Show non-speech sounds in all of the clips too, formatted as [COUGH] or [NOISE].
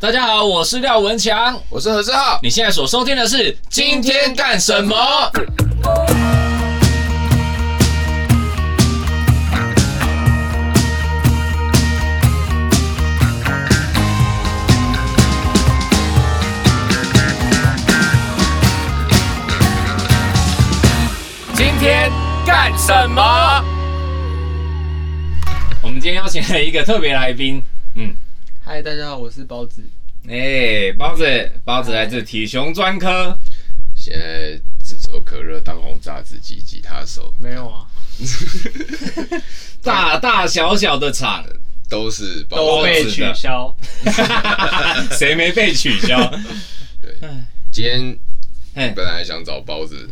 大家好，我是廖文强。我是何志浩。你现在所收听的是《今天干什么》。今天干什么？我们今天邀请了一个特别来宾，嗯，嗨，大家好，我是包子。哎、包子，包子来自体雄专科。现在炙手可热，当红炸子鸡吉他手没有啊，大大小小的厂， [LAUGHS] 都是包都被子取的消。谁没被取 [LAUGHS] 消？今天哎，本来想找包子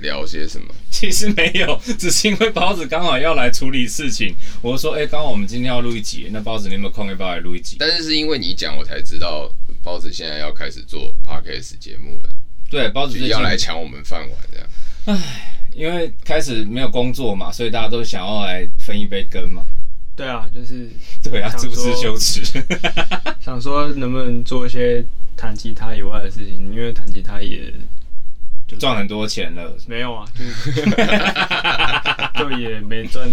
聊些什么，其实没有，只是因为包子刚好要来处理事情，我说，哎、刚好我们今天要录一集，那包子你有没有空？要不要来录一集？但是是因为你讲，我才知道包子现在要开始做 podcast 节目了，对，包子就最近是要来抢我们饭碗这样。因为开始没有工作嘛，所以大家都想要来分一杯羹嘛。对啊，就是对啊，想是不是说羞耻？ [LAUGHS] 想说能不能做一些弹吉他以外的事情，因为弹吉他也就是赚很多钱了，没有啊，就是 [LAUGHS] 就也没赚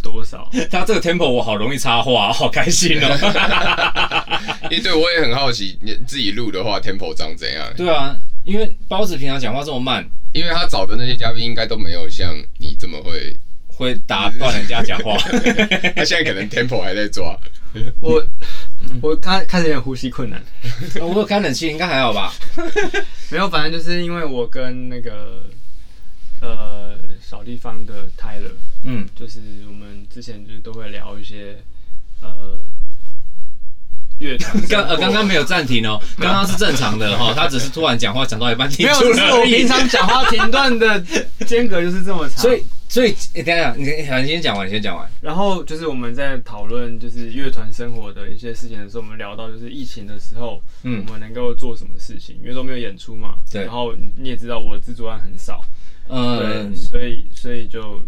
多少。他这个 tempo 我好容易插话，好开心 [LAUGHS] 哦。哎，对我也很好奇，你自己录的话 tempo 长怎样？对啊，因为包子平常讲话这么慢，因为他找的那些嘉宾应该都没有像你这么会，会打断人家讲 [LAUGHS] 话。他现在可能 tempo 还在抓。我我开开始有点呼吸困难，呃我有开冷气，应该还好吧？没有，反正就是因为我跟那个呃小地方的 Tyler，嗯，就是我们之前就是都会聊一些呃乐团生活。刚呃刚刚没有暂停哦，刚刚是正常的 [LAUGHS] 哈、哦，他只是突然讲话讲到一半停没有，住就是了我而已啊平。常 [LAUGHS] 讲话停断的间隔就是这么长。所以所以、诶等一下，你你先讲完，你先讲完。然后就是我们在讨论就是乐团生活的一些事情的时候，我们聊到就是疫情的时候，嗯我们能够做什么事情，因为都没有演出嘛。对然后你也知道我的制作案很少，嗯对，，所以所以就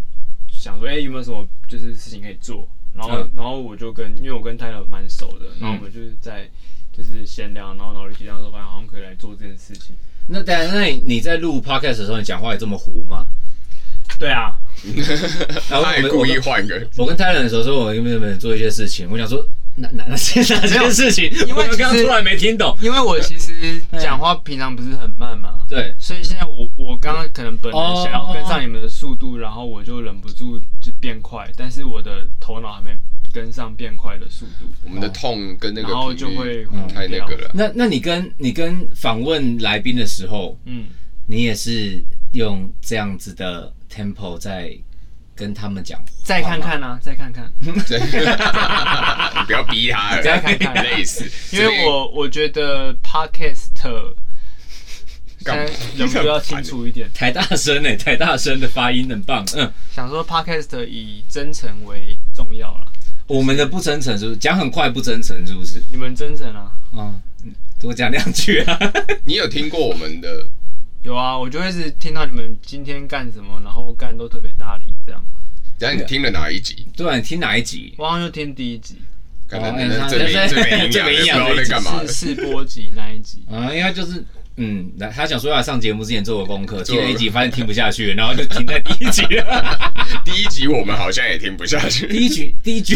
想说，哎、有没有什么就是事情可以做？然后、嗯然后我就跟，因为我跟泰勒蛮熟的，然后我们就是在就是闲聊，然后脑力激荡说，发现好像可以来做这件事情。那等一下，那你你在录 podcast 的时候，你讲话也这么糊吗？对啊，然后他还我故意我换个，我跟泰伦的时候说，我有没有做一些事情？我想说哪哪哪 [LAUGHS] 些哪些事情？因为我其实刚刚突然没听懂。因为我其实讲话平常不是很慢嘛，对，所以现在我我刚刚可能本来哦想要跟上你们的速度，然后我就忍不住就变快，但是我的头脑还没跟上变快的速度，我们的痛跟那个然后就频率会糊太那掉个。了。那那你跟你跟访问来宾的时候，嗯，你也是用这样子的 tempo 在跟他们讲话吗再看，看啊，再看看，对 [LAUGHS] 你不要逼他了，再看看累死。因为我我觉得 podcast 干现在嘛人不要清楚一点，太大声呢、 [LAUGHS] 太大声的发音很棒。嗯，想说 podcast 以真诚为重要了，我们的不真诚是不是讲很快不真诚是不是？你们真诚啊。嗯，多讲两句啊。 [LAUGHS] 你有听过我们的？有啊，我就会是听到你们今天干什么，然后干都特别大力这样。等一下你听了哪一集？对啊，你听哪一集？我好像就听第一集，刚哦才哎那他最没他最没最没营营养养的的，不知道在干嘛是。试播集那一 [LAUGHS] 集。啊、因为他就是，嗯，来，他想说要上节目之前做个功课，做听了一集发现听不下去，然后就停在第一集 [LAUGHS] 了。第一集我们好像也听不下 [LAUGHS] 第去，一集，第一集，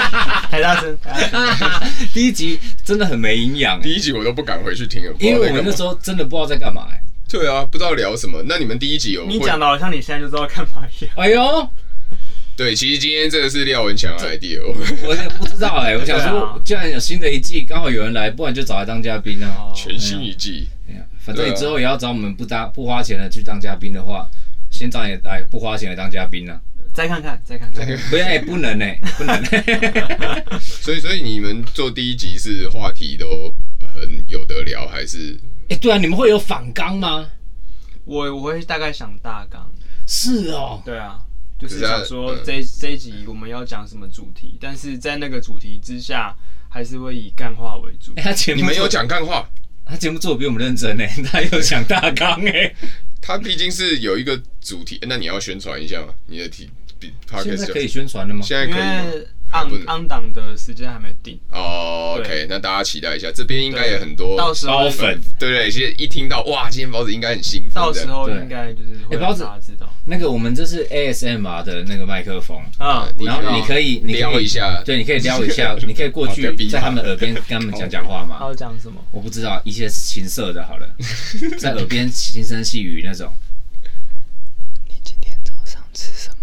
啊太大 [LAUGHS] 声，太大声第一集真的很没营养、欸第一集我都不敢回去听了，不知道因为在我们干嘛那时候真的不知道在干嘛、欸。对啊，不知道聊什么。那你们第一集有你会讲的好像你现在就知道干嘛一样。哎呦，我对？其实今天这个是廖文强的 idea，也不知道哎、我想对啊说，既然有新的一季，刚好有人来，不然就找来当嘉宾啊。全新一季。哎呀反正对你啊之后也要找我们不搭不花钱的去当嘉宾的话，先找你来不花钱的当嘉宾啊。再看看，再看看。不要、哎不能哎、不能、 [LAUGHS] 所以，所以你们做第一集是话题都很有得聊，还是哎、对啊，你们会有反纲吗？我我会大概想大纲，是哦，对啊，就是可是他想说嗯这一呃这一集我们要讲什么主题，但是在那个主题之下，还是会以干话为主哎、。他节目你们做有讲干话？他节目做的比我们认真呢，他有想大纲哎。它毕竟是有一个主题，那你要宣传一下嘛，你的题比 p o d 现 c 在 a 可 s 以宣传了吗？现在因可以吗？为还不 on 能 on 档的时间还没定，哦，OK，对那大家期待一下，这边应该也很多，到时包候粉对对，其实一听到哇，今天包子应该很兴奋，到时候对应该就是会哎让包子大家知道那个我们这是 ASMR 的那个麦克风，啊。你然后你可以你可以撩一下对，你可以撩一 [LAUGHS] 下，你可以过好再去逼在他们耳边跟他们讲讲话他吗？要讲 [LAUGHS] 什么？我不知道一些情色的，好 [LAUGHS] 了，在耳边轻声细语那种。你今天早上吃什么？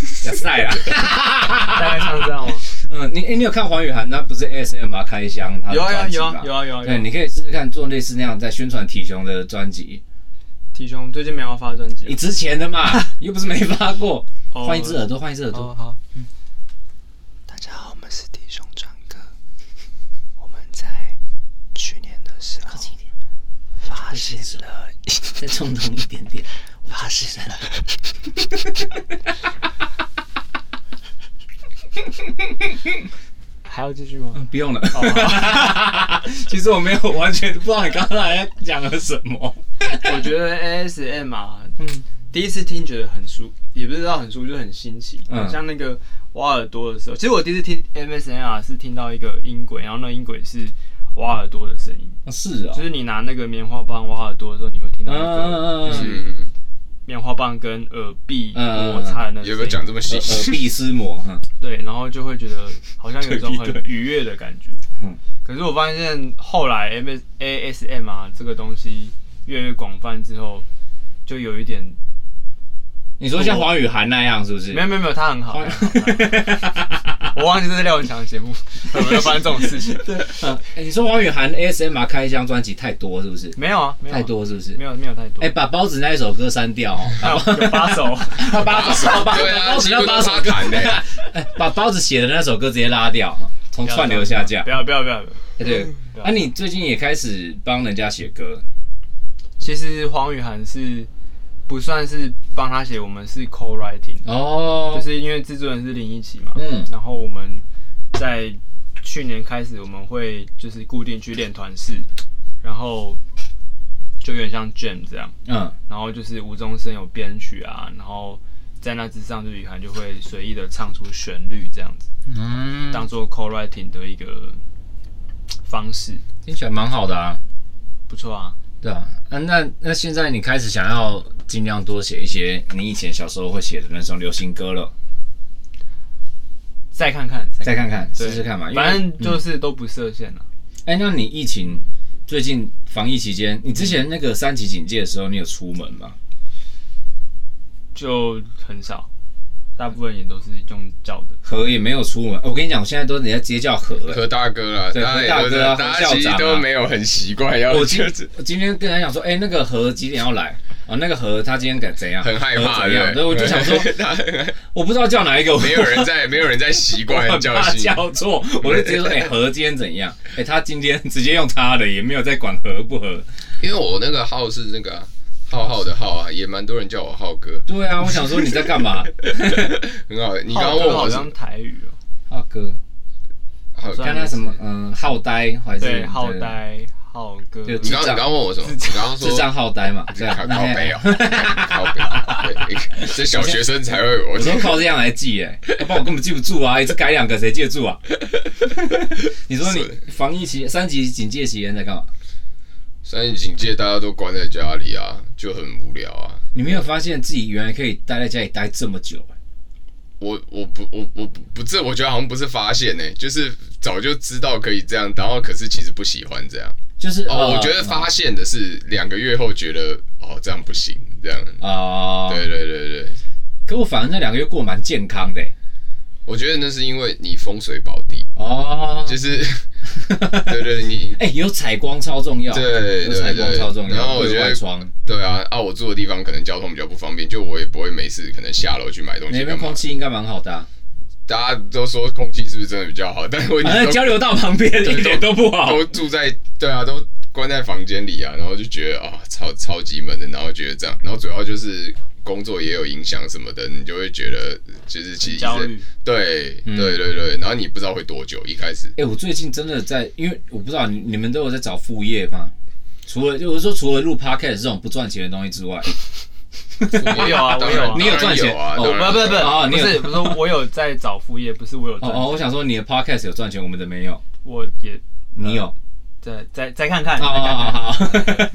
[LAUGHS] 要晒啊！大概像这样吗？嗯，你、诶你有看黄雨涵，他不是 ASMR 开箱他的有啊有啊专辑有啊吗有啊有啊有对，啊。你可以试试看做类似那样在宣传体雄的专辑。体兄最近没有发专你辑之前的 [LAUGHS] 嘛，又不是没发过。哦换一只耳朵，换一只耳哦朵。好，大家好，我们是弟兄专哥。我们在去年的时候发现了， [LAUGHS] 再冲动一点点。 [LAUGHS] 发现了，还要继续吗？嗯， [LAUGHS] 不用了。 [LAUGHS] 其实我没有完全不知道你刚才讲了什么。我觉得 ASM 啊，嗯，第一次听觉得很舒，也不知道很舒服，就是很新奇。嗯嗯，像那个挖耳朵的时候，其实我第一次听 MSNR 是听到一个音轨，然后那音轨是挖耳朵的声音，是啊就，是你拿那个棉花棒挖耳朵的时候，你会听到一嗯嗯嗯嗯个就是嗯，棉花棒跟耳壁摩擦嗯的那个声音嗯有没有讲这么细耳？耳 [LAUGHS] 壁撕膜。哼对，然后就会觉得好像有一种对对很愉悦的感觉嗯。可是我发现后来 M S A S M 啊这个东西越来越广泛之后，就有一点你说像黄雨涵那样是不是？没有没有没有，他很好，好他很好他很好我忘记这是廖文强的节目，有没有发生这种 [LAUGHS] 事情？对，嗯哎你说黄雨涵 ASMR 开箱专辑太多是不是？没有啊，没有啊太，多是不是没？有没有太多。哎，把包子那一首歌删掉哦。还有有八首，把包子，把对啊，包子几那乎都八是首他弹的， [LAUGHS] 哎，把包子写的那首歌直接拉掉，从 [LAUGHS] 串流下架啊不。要不要不要。不要哎对，对啊，你最近也开始帮人家写歌，其实黄雨涵是不算是帮他写，我们是 co writing，哦，就是因为制作人是林一奇嘛，嗯然后我们在去年开始，我们会就是固定去练团式，然后就有点像 jam 这样，嗯，然后就是无中生有编曲啊，然后在那之上，就雨涵就会随意的唱出旋律这样子，嗯，当做 co writing 的一个方式，听起来蛮好的啊，不错啊。对啊，啊那那现在你开始想要尽量多写一些你以前小时候会写的那种流行歌了，再看看，再看看对试试看嘛，因为嗯反正就是都不设限啊了、哎、那你疫情最近防疫期间，你之前那个三级警戒的时候，你有出门吗？就很少，大部分也都是用叫的。河也没有出门，哦我跟你讲，我现在都人家接叫河、哎何大哥啦，对大家也何大都哥啊大何校家其实长啊都没有很习惯，要我今就是我今天跟人讲说，哎、那个河几点要来？啊，那个河他今天敢怎样？很害怕，河怎对不样？对对，我就想说， [LAUGHS] 他我不知道叫哪一个，我没有人在，没有人在习我惯很叫怕醒。叫错，我就直接说， [LAUGHS] 哎、河今天怎样？哎、他今天直接用他的，也没有在管合不合。因为我那个号是那个啊浩浩的浩啊，也蛮多人叫我浩哥，对啊，我想说你在干嘛，很好。你刚刚问浩哥哦好我是像台语哦、浩哥？浩哥，看他什么？嗯，浩呆还是对，浩？呆，浩哥，就你刚刚你刚刚问我什么？你刚刚说智障浩呆嘛，对啊靠，那靠还背哦， [LAUGHS] 靠 [LAUGHS] 背，对这小学生才会。我我都靠这样来记哎、要不然我根本记不住啊！一次改两个，谁记得住啊？ [LAUGHS] 你说你防疫期三级警戒期间在干嘛？三级警戒，大家都关在家里啊，就很无聊啊。你没有发现自己原来可以待在家里待这么久、欸？我我不我我不不这我觉得好像不是发现呢、就是早就知道可以这样，然后可是其实不喜欢这样。就是呃哦，我觉得发现的是两个月后觉得哦这样不行，这样。啊、对对对对，可我反而那两个月过得蛮健康的、欸、我觉得那是因为你风水宝地，哦。就是 [LAUGHS] 对对，你哎、有采光超重要，对有啊采光对对超重要。然后我对觉得外窗对啊啊，我住的地方可能交通比较不方便，就我也不会没事可能下楼去买东那西边干嘛空。气应该蛮好的、啊，大家都说空气是不是真的比较好？但我反正啊交流道旁边对一点都不好。都住在对啊，都关在房间里啊，然后就觉得啊超超级闷的，然后觉得这样，然后主要就是工作也有影响什么的，你就会觉得就是其实焦虑，对嗯对对对，然后你不知道会多久一开始。哎、我最近真的在，因为我不知道你你们都有在找副业吗？除了就是说，除了录 podcast 这种不赚钱的东西之外，我有啊，我有啊，你有赚钱 [LAUGHS] 当然有啊哦当然不不不，啊不你有是不是，我有在找副业，不是我有哦赚哦，钱，我想说你的 podcast 有赚钱，我们的没有，我也你有再再再看啊看，再看啊看啊啊！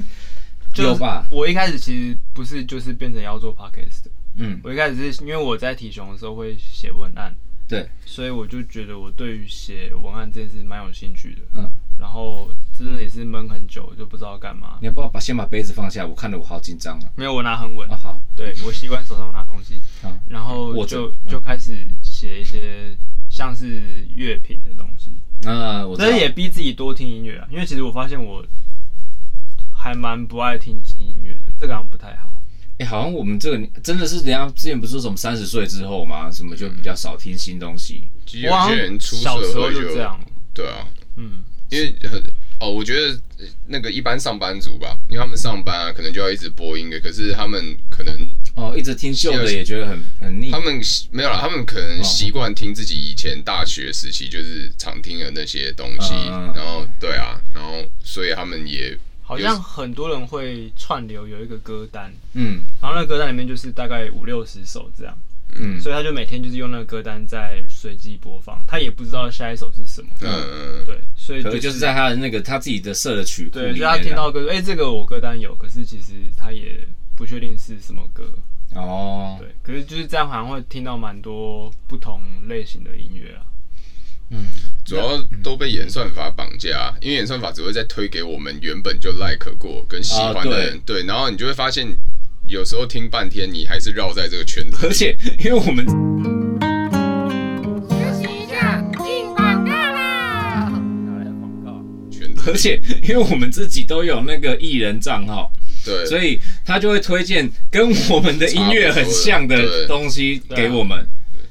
就是有吧？我一开始其实不是就是变成要做 podcast 的，嗯，我一开始是因为我在体雄的时候会写文案，对，所以我就觉得我对于写文案这件事蛮有兴趣的，嗯，然后真的也是闷很久，就不知道干嘛。你要不要把先把杯子放下？我看得我好紧张啊！没有，我拿很稳，啊好，对我习惯手上拿东西，好，然后哦握着就嗯就开始写一些像是乐评的东西，那我知但道是也逼自己多听音乐啊，因为其实我发现我还蛮不爱听新音乐的，这个好像不太好。哎、好像我们这个年真的是人家之前不是说什么三十岁之后嘛，什么就比较少听新东西。其实我有好些人像出小时社候会就这样，对啊，嗯，因为很哦，我觉得呃那个一般上班族吧，因为他们上班啊，可能就要一直播音乐，可是他们可能哦，一直听旧的也觉得很很腻他。们习没有啦，他们可能习惯听自己以前大学时期就是常听的那些东西，嗯嗯嗯然后对啊，然后所以他们也好像很多人会串流有一个歌单，嗯然后那个歌单里面就是大概五六十首这样，嗯，所以他就每天就是用那个歌单在随机播放，他也不知道下一首是什么，嗯嗯对，所以可能就是在他的那个他自己的设的曲库对，里所以面他啊。听到歌，哎、这个我歌单有，可是其实他也不确定是什么歌，哦，对，可是就是这样好像会听到蛮多不同类型的音乐啊，嗯，主要都被演算法绑架啊，因为演算法只会再推给我们原本就 like 过跟喜欢的啊人，对，然后你就会发现有时候听半天，你还是绕在这个圈子里，而且因为我们休息一下，进广告啦！圈子里，而且因为我们自己都有那个艺人账号，对，所以他就会推荐跟我们的音乐很像差不多的对东西给我们。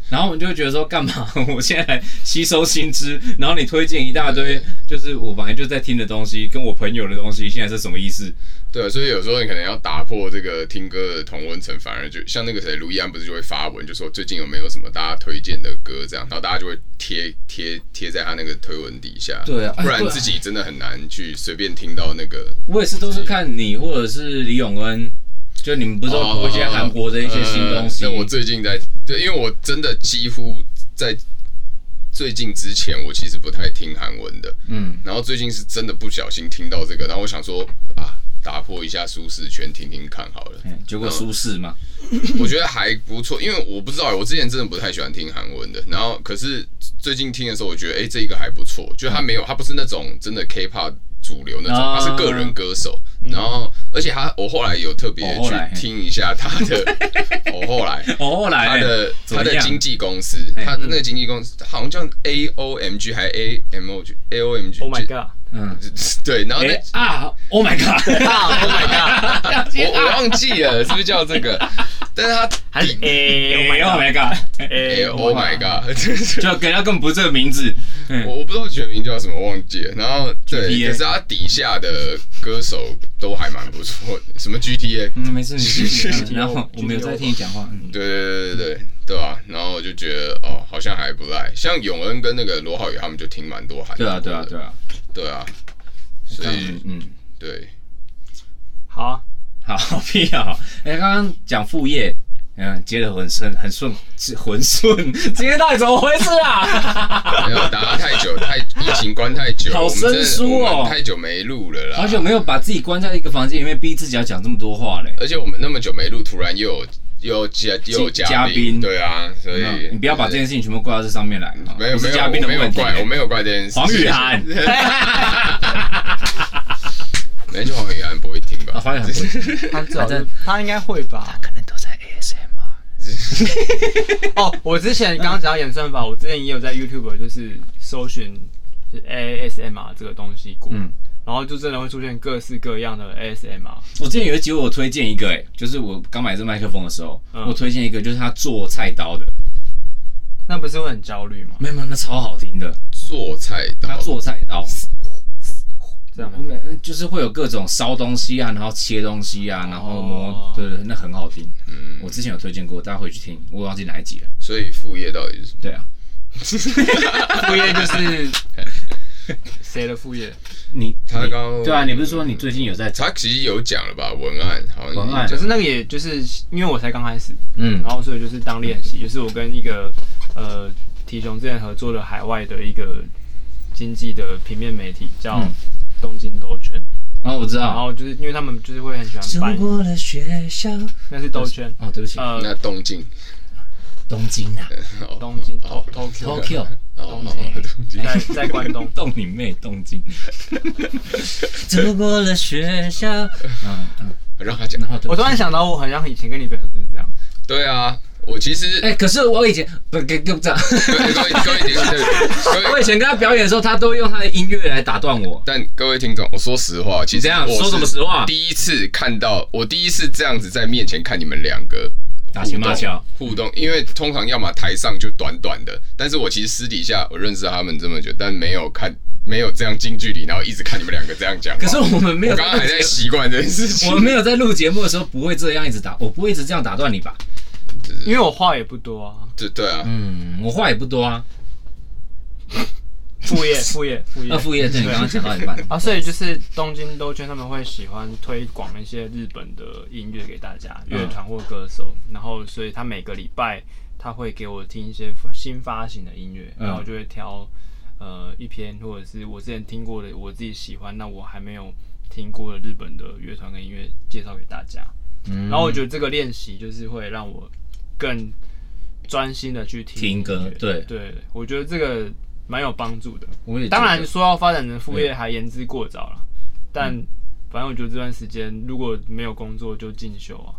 然后我们就会觉得说，干嘛？ [LAUGHS] 我现在来吸收新知，然后你推荐一大堆对，就是我本来就在听的东西，跟我朋友的东西，现在是什么意思？对，啊所以有时候你可能要打破这个听歌的同温层，反而就像那个谁卢易安不是就会发文，就说最近有没有什么大家推荐的歌这样，然后大家就会贴贴贴在他那个推文底下，对啊哎不然对啊自己真的很难去随便听到那个。我也是都是看你或者是李永恩，就你们不是都播一些韩国的一些新东西？啊呃那我最近在对，因为我真的几乎在最近之前，我其实不太听韩文的，嗯，然后最近是真的不小心听到这个，然后我想说啊，打破一下舒适圈，听听看好了。嗯结果舒适嘛，嗯我觉得还不错，因为我不知道，我之前真的不太喜欢听韩文的。然后，可是最近听的时候，我觉得哎、诶这一个还不错，就他没有，他不是那种真的 K-pop 主流那种，啊他是个人歌手。然后，而且他我后来有特别哦后去来嘿听一下他的， [LAUGHS] 我后来哦，后他来的怎他么的样经纪公司，嘿他的那个经纪公司好像叫 A O M G 还 A M O G A O M G。 ，Oh my god，嗯， [LAUGHS] 对，然后那哎啊，Oh my [LAUGHS] God，啊，Oh my god，我我忘记了是不是叫这个，但是他还是 [LAUGHS] 哎哎，Oh my God，哎 Oh my God， [LAUGHS] 就人家根本不是这个名字，嗯，我我不知道全名叫什么，忘记了。然后对， GTA 可是他底下的歌手都还蛮不错的，什么 GTA，嗯，没事，你继续。嗯 GTO 然后我没有在听你讲话，嗯，对对对对对对吧、然后我就觉得哦，好像还不赖。像永恩跟那个罗浩宇他们就听蛮多韩对国啊，的，对啊，对啊，对啊，所以嗯嗯，对好啊，好屁啊！哎，刚刚讲副业。嗯，接的很顺，很顺，很顺。今天到底怎么回事啊？ [LAUGHS] 没有打太久，太疫情关太久，好我们真的生疏哦我们太久没录了啦，好久没有把自己关在一个房间里面，逼自己要讲这么多话嘞。而且我们那么久没录，突然又有又有嘉又有嘉嘉宾对啊，所以嗯你不要把这件事情全部怪到这上面来，啊没有不是没有嘉宾的我没有问题。怪我没有怪这件事，黄雨涵， [LAUGHS] 没错，黄雨涵不会听吧？啊，黄雨涵不会听， [LAUGHS] 他至少反正他应该会吧？可能都在 ASMR。 [LAUGHS] 哦，我之前刚刚讲到演算法，我之前也有在 YouTube 就是搜寻就是 ASMR 这个东西过，嗯然后就真的会出现各式各样的 ASMR，我之前有一集我有推荐一个、哎，就是我刚买这麦克风的时候，嗯我推荐一个，就是他做菜刀的，那不是会很焦虑吗？没有没有，那超好听的，做菜他刀，做菜刀，[LAUGHS] 这样吗？没呃就是会有各种烧东西啊，然后切东西啊，然后磨，哦对对，对那很好听。嗯，我之前有推荐过，大家回去听，我忘记哪一集了。啊所以副业到底是什么？对啊， [LAUGHS] 副业就是谁的副业？你他你刚对啊，你不是说你最近有在他其实有讲了吧？文案好像文案可是那个也就是因为我才刚开始，嗯然后所以就是当练习，就是我跟一个呃提雄之前合作的海外的一个经济的平面媒体叫嗯东京兜圈，哦，我知然道。后就是因为他们就是会很喜欢办，过了学校，那是兜圈，哦，对不起，那呃，东京， [LAUGHS] 东京哎啊哦东京哦 Tokyo ，Tokyo，，哦哦东京， [LAUGHS] 在在关东动你妹，东京。走过了学 [LAUGHS] 校，嗯嗯，让他讲。然后我突然想到我好像以前跟你表演就是这样，对啊，我其实哎、可是我以前不跟跟不上，各位各位各位听对 [LAUGHS] 各我位以，前跟他表演的时候，他都用他的音乐来打断我。但各位听众，我说实话，其你实这样我是说什么实话？第一次看到，我第一次这样子在面前看你们两个打情骂俏互动，互动因为通常要么台上就短短的，但是我其实私底下我认识他们这么久，但没有看没有这样近距离，然后一直看你们两个这样讲话。可是我们没有我在刚刚还录在节习惯这件事情， [LAUGHS] 目，我们没有在录节目的时候不会这样一直打，我不会一直这样打断你吧？因为我话也不多啊，对对啊，嗯，我话也不多啊。副业副业副那业。啊副业对你刚刚讲到一 [LAUGHS] 半，啊，所以就是东京兜圈，他们会喜欢推广一些日本的音乐给大家，乐团或歌手。然后，所以他每个礼拜他会给我听一些发新发行的音乐，嗯然后我就会挑呃一篇或者是我之前听过的，我自己喜欢，那我还没有听过的日本的乐团跟音乐介绍给大家。嗯然后我觉得这个练习就是会让我更专心的去听听歌音乐对对，我觉得这个蛮有帮助的。我也觉得当然，说要发展成副业还言之过早了，但反正我觉得这段时间如果没有工作就进修啊，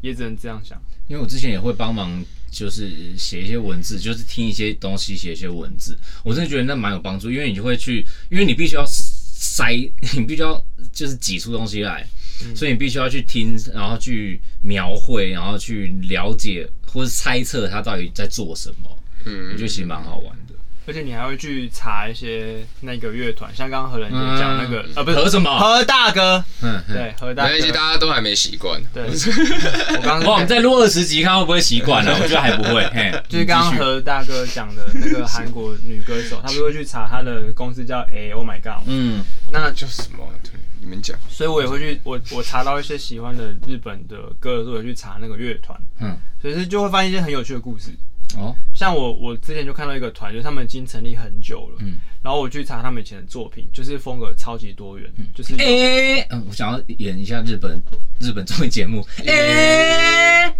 也只能这样想。因为我之前也会帮忙，就是写一些文字，就是听一些东西，写一些文字，我真的觉得那蛮有帮助，因为你就会去，因为你必须要塞， [LAUGHS] 你必须要就是挤出东西来，嗯所以你必须要去听，然后去描绘，然后去了解或是猜测他到底在做什么，我嗯觉得其实蛮好玩的。而且你还会去查一些那个乐团，像刚刚何仁杰讲那个，呃，不是何什么何大哥，嗯，对，何没大关系，哥，大家都还没习惯。对，我刚哇，我刚们再录二十集，看会不会习惯了？我觉得还不会。嘿，就是刚刚何大哥讲的那个韩国女歌手，她不是会去查她的公司叫 A Oh My God，嗯，那叫什么？啊对你们讲，所以我也会去，我我查到一些喜欢的日本的歌的时候，我去查那个乐团，嗯，所以就会发现一些很有趣的故事。哦，像我我之前就看到一个团，就是他们已经成立很久了，嗯然后我去查他们以前的作品，就是风格超级多元，就是有诶、嗯，我想要演一下日本日本综艺节目。诶、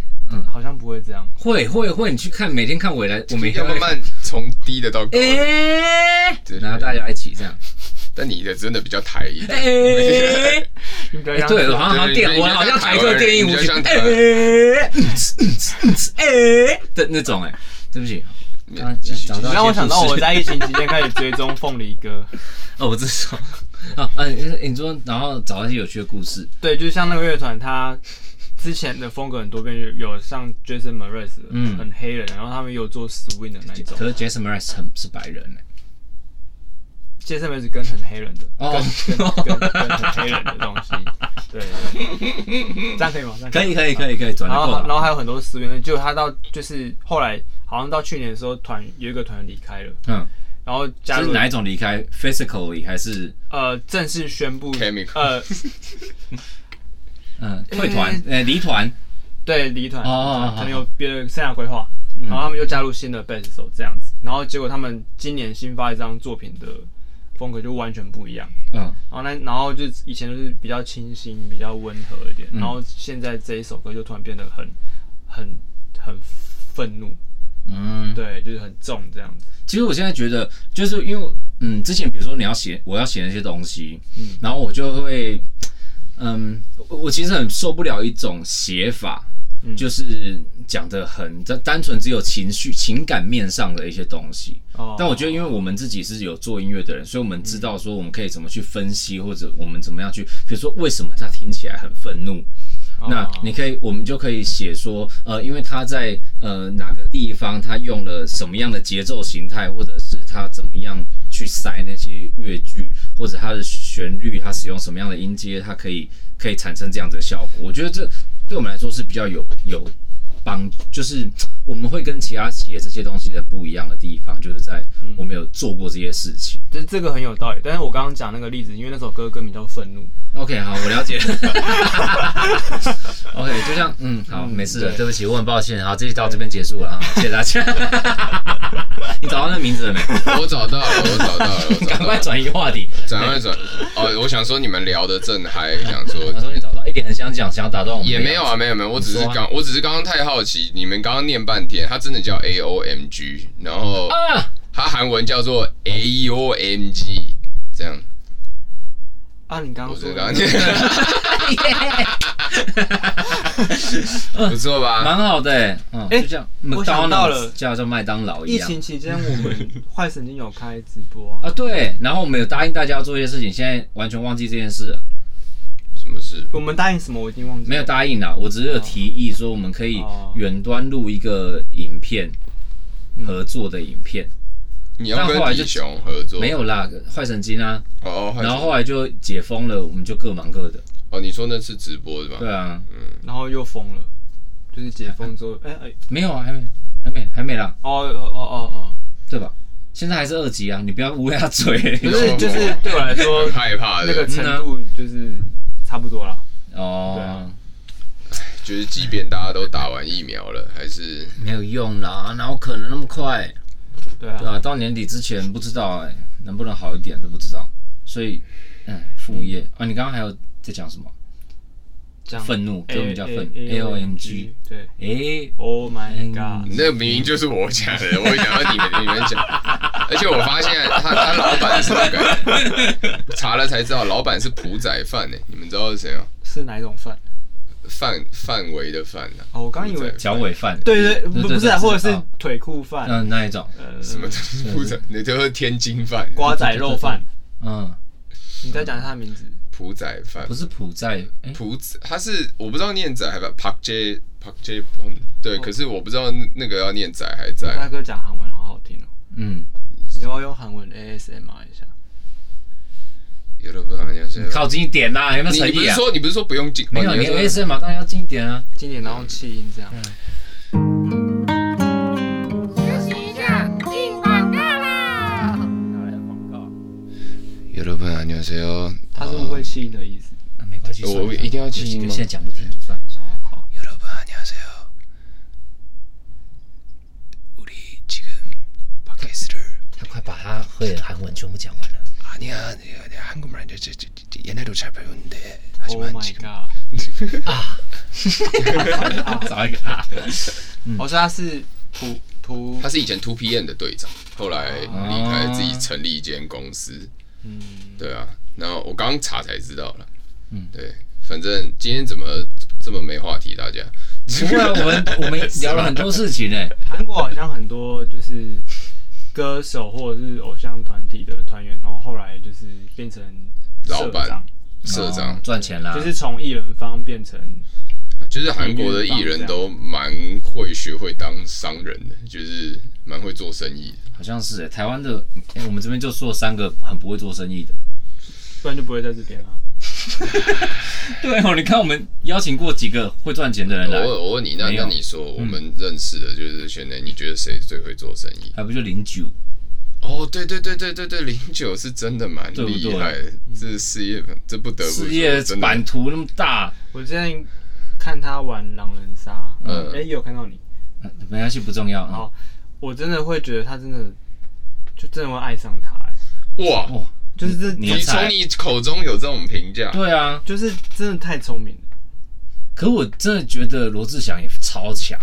好像不会这样，会会会，你去看，每天看未来，我每天要都慢在看。慢从低的到高的，诶、对然后大家一起这样。但你的真的比较台一点。诶、应该欸，要对，我好像好像电，对我好像台客电音舞你曲就。像台湾诶、欸，诶、的那种哎、对不起，刚刚继续找到一些故事。让我想到我在疫情期间开始追踪凤梨哥， [LAUGHS] 哦，我知道。啊啊，你你说，然后找到一些有趣的故事。对，就是像那个乐团，他之前的风格很多变，有有像 Jason Mraz，嗯很黑人，然后他们也有做 swing 的那一种啊可是 Jason Mraz 很是白人哎、 ，Jason Mraz 跟很黑人的，哦跟跟跟跟很黑人的东西，对，这样可以吗？这 [LAUGHS] 可样以可以吗可以可以，转然得后过然后来。还有很多私怨，结果他到就是后来好像到去年的时候，团有一个团离开了，嗯，然后加这是入哪一种离开？physically 还是呃正式宣布 Chemical 呃嗯退团？呃，离团。对离团哦哦哦嗯可能有别的生涯规划，然后他们又加入新的贝斯手这样子，然后结果他们今年新发一张作品的风格就完全不一样，嗯然后那然后就以前就是比较清新、比较温和一点，嗯然后现在这一首歌就突然变得很很很愤怒，嗯，对，就是很重这样子，其实我现在觉得，就是因为嗯，之前比如说你要写，我要写那些东西，然后我就会，嗯，我我其实很受不了一种写法，就是讲的很单单纯只有情绪情感面上的一些东西。哦但我觉得，因为我们自己是有做音乐的人，所以我们知道说我们可以怎么去分析，或者我们怎么样去，比如说为什么他听起来很愤怒，哦那你可以，我们就可以写说，呃，因为他在呃哪个地方，他用了什么样的节奏形态，或者是他怎么样去塞那些乐句，或者他的旋律，他使用什么样的音阶，它可以可以产生这样子的效果。我觉得这对我们来说是比较有有帮，就是我们会跟其他写这些东西的不一样的地方，就是在我们有做过这些事情。这这个很有道理。但是我刚刚讲那个例子，因为那首歌歌名叫《愤怒》， OK，好，我了 [LAUGHS] 解。OK，就像嗯，好，没事的，对不起，我很抱歉。好，这集到这边结束了啊，谢谢大家。 [LAUGHS] 你找到那名字了没？ [LAUGHS] 我找到了，我找到了，我赶找到快了，转移话题。转快转。哦，我想说你们聊的正嗨，想说我说你找到一点很想讲，想要打断我们。也没有啊，没有没有，我只是你说啊刚，我只是刚刚太好奇，你们刚刚念半天，它真的叫 A O M G，然后啊，它韩文叫做 A O M G，这样，啊，你刚我刚是说刚刚念， [LAUGHS] [LAUGHS] 不错吧？蛮好的欸。嗯，哎就这样。我想到 McDonald's 了叫做麦当劳一疫样。情期间我们 [LAUGHS] 坏神经有开直播啊啊，，对，然后我们有答应大家要做一些事情，现在完全忘记这件事了，什么事？我们答应什么我已经忘记了，没有答应啦，我只是有提议说我们可以哦嗯远端录一个影片，合作的影片，你要但跟后来就迪熊合作？没有啦，坏神经啊，哦，然后后来就解封了，我们就各忙各的。哦，你说那是直播的对吗？啊，然后又疯了，就是解封之后，哎哎，没有啊，还没，还没，还没啦，哦哦哦哦哦，对吧？现在还是二级啊，你不要乌鸦 [LAUGHS] 嘴。可是就是对 [LAUGHS] 我来说很，害怕那的，个程度就是差不多了。对哦啊，就是即便大家都打完疫苗了，还是没有用啦，哪有可能那么快？对啊对，啊，到年底之前不知道哎、能不能好一点都不知道。所以，哎，副业啊，你刚刚还有在讲什么？这样愤怒， A- 中文叫愤 A- A O M G。对哎， ，Oh my God God，那明明就是我讲的，我讲到你们你们讲，而且我发现他他老板是那个，查了才知道老板是朴仔范呢，你们知道是谁吗？是哪一种饭？范范围的范啊，哦，我刚以为朴宰脚尾饭，对对，不不是对对啊，或者是啊腿裤饭，嗯，那一种，呃，什么朴仔，你就是天津饭，瓜仔肉饭。嗯，你再讲一下他的名字， [LAUGHS] 朴仔饭不，是普在，哎，朴仔他是我不知道念仔还吧，Park J Park J，嗯哦对，可是我不知道那那个要念仔还大在，哥讲韩文好好听哦，嗯，你要不要用韩文 ASMR 一下？有的不知道人家是。靠近一点啦，有没有你诚你不意是啊？说你不是说不用进？没有，哦你要说 A 声马当然要近一点啊。经典然后气音这样，休息一下，进广告啦！ 여러분안녕하세요。他是不会气音的意思。那没关系，我算了一定要静音吗现在讲不听就算了。哦，好， 여러분안녕하세요우리지금팟캐스트를 他快把他会的韩文全部讲完 [LAUGHS] 了。 아니야 내가, 내가 한국말 이제 제- 제- 제- 옛날에도 잘 배웠는데하 Oh 지만 my 지금 God，找一个啊，哦，所以他是普普嗯他，是以前 Two PM 的队长，后来离开自己成立一间公司。嗯，对啊，然后我刚查才知道了。嗯，对，反正今天怎么这么没话题？大家不会啊，我们我们聊了很多事情哎呢。韩国好像很多就是歌手或者是偶像团体的团员，然后后来就是变成老社板长，社长啊哦赚钱啦，就是从艺人方变成就是韩国的艺人都蛮会学会当商人的，就是蛮会做生意的。好像是欸台湾的，欸我们这边就说三个很不会做生意的。不然就不会在这边了。啊对哦，你看我们邀请过几个会赚钱的人我问来，我问你，那没有那你说我们认识的就是选人，你觉得谁最会做生意？还不就零九？哦，对对对对对对，零九是真的蛮对不厉对害的，这事业这不得不说事业真的版图那么大，我之前看他玩狼人杀，嗯嗯，哎、也有看到你，呃没关系，不重要然啊。后我真的会觉得他真的就真的会爱上他、哎哇，哇，就是这你你从才你口中有这种评价，对啊，就是真的太聪明了。可我真的觉得罗志祥也超强。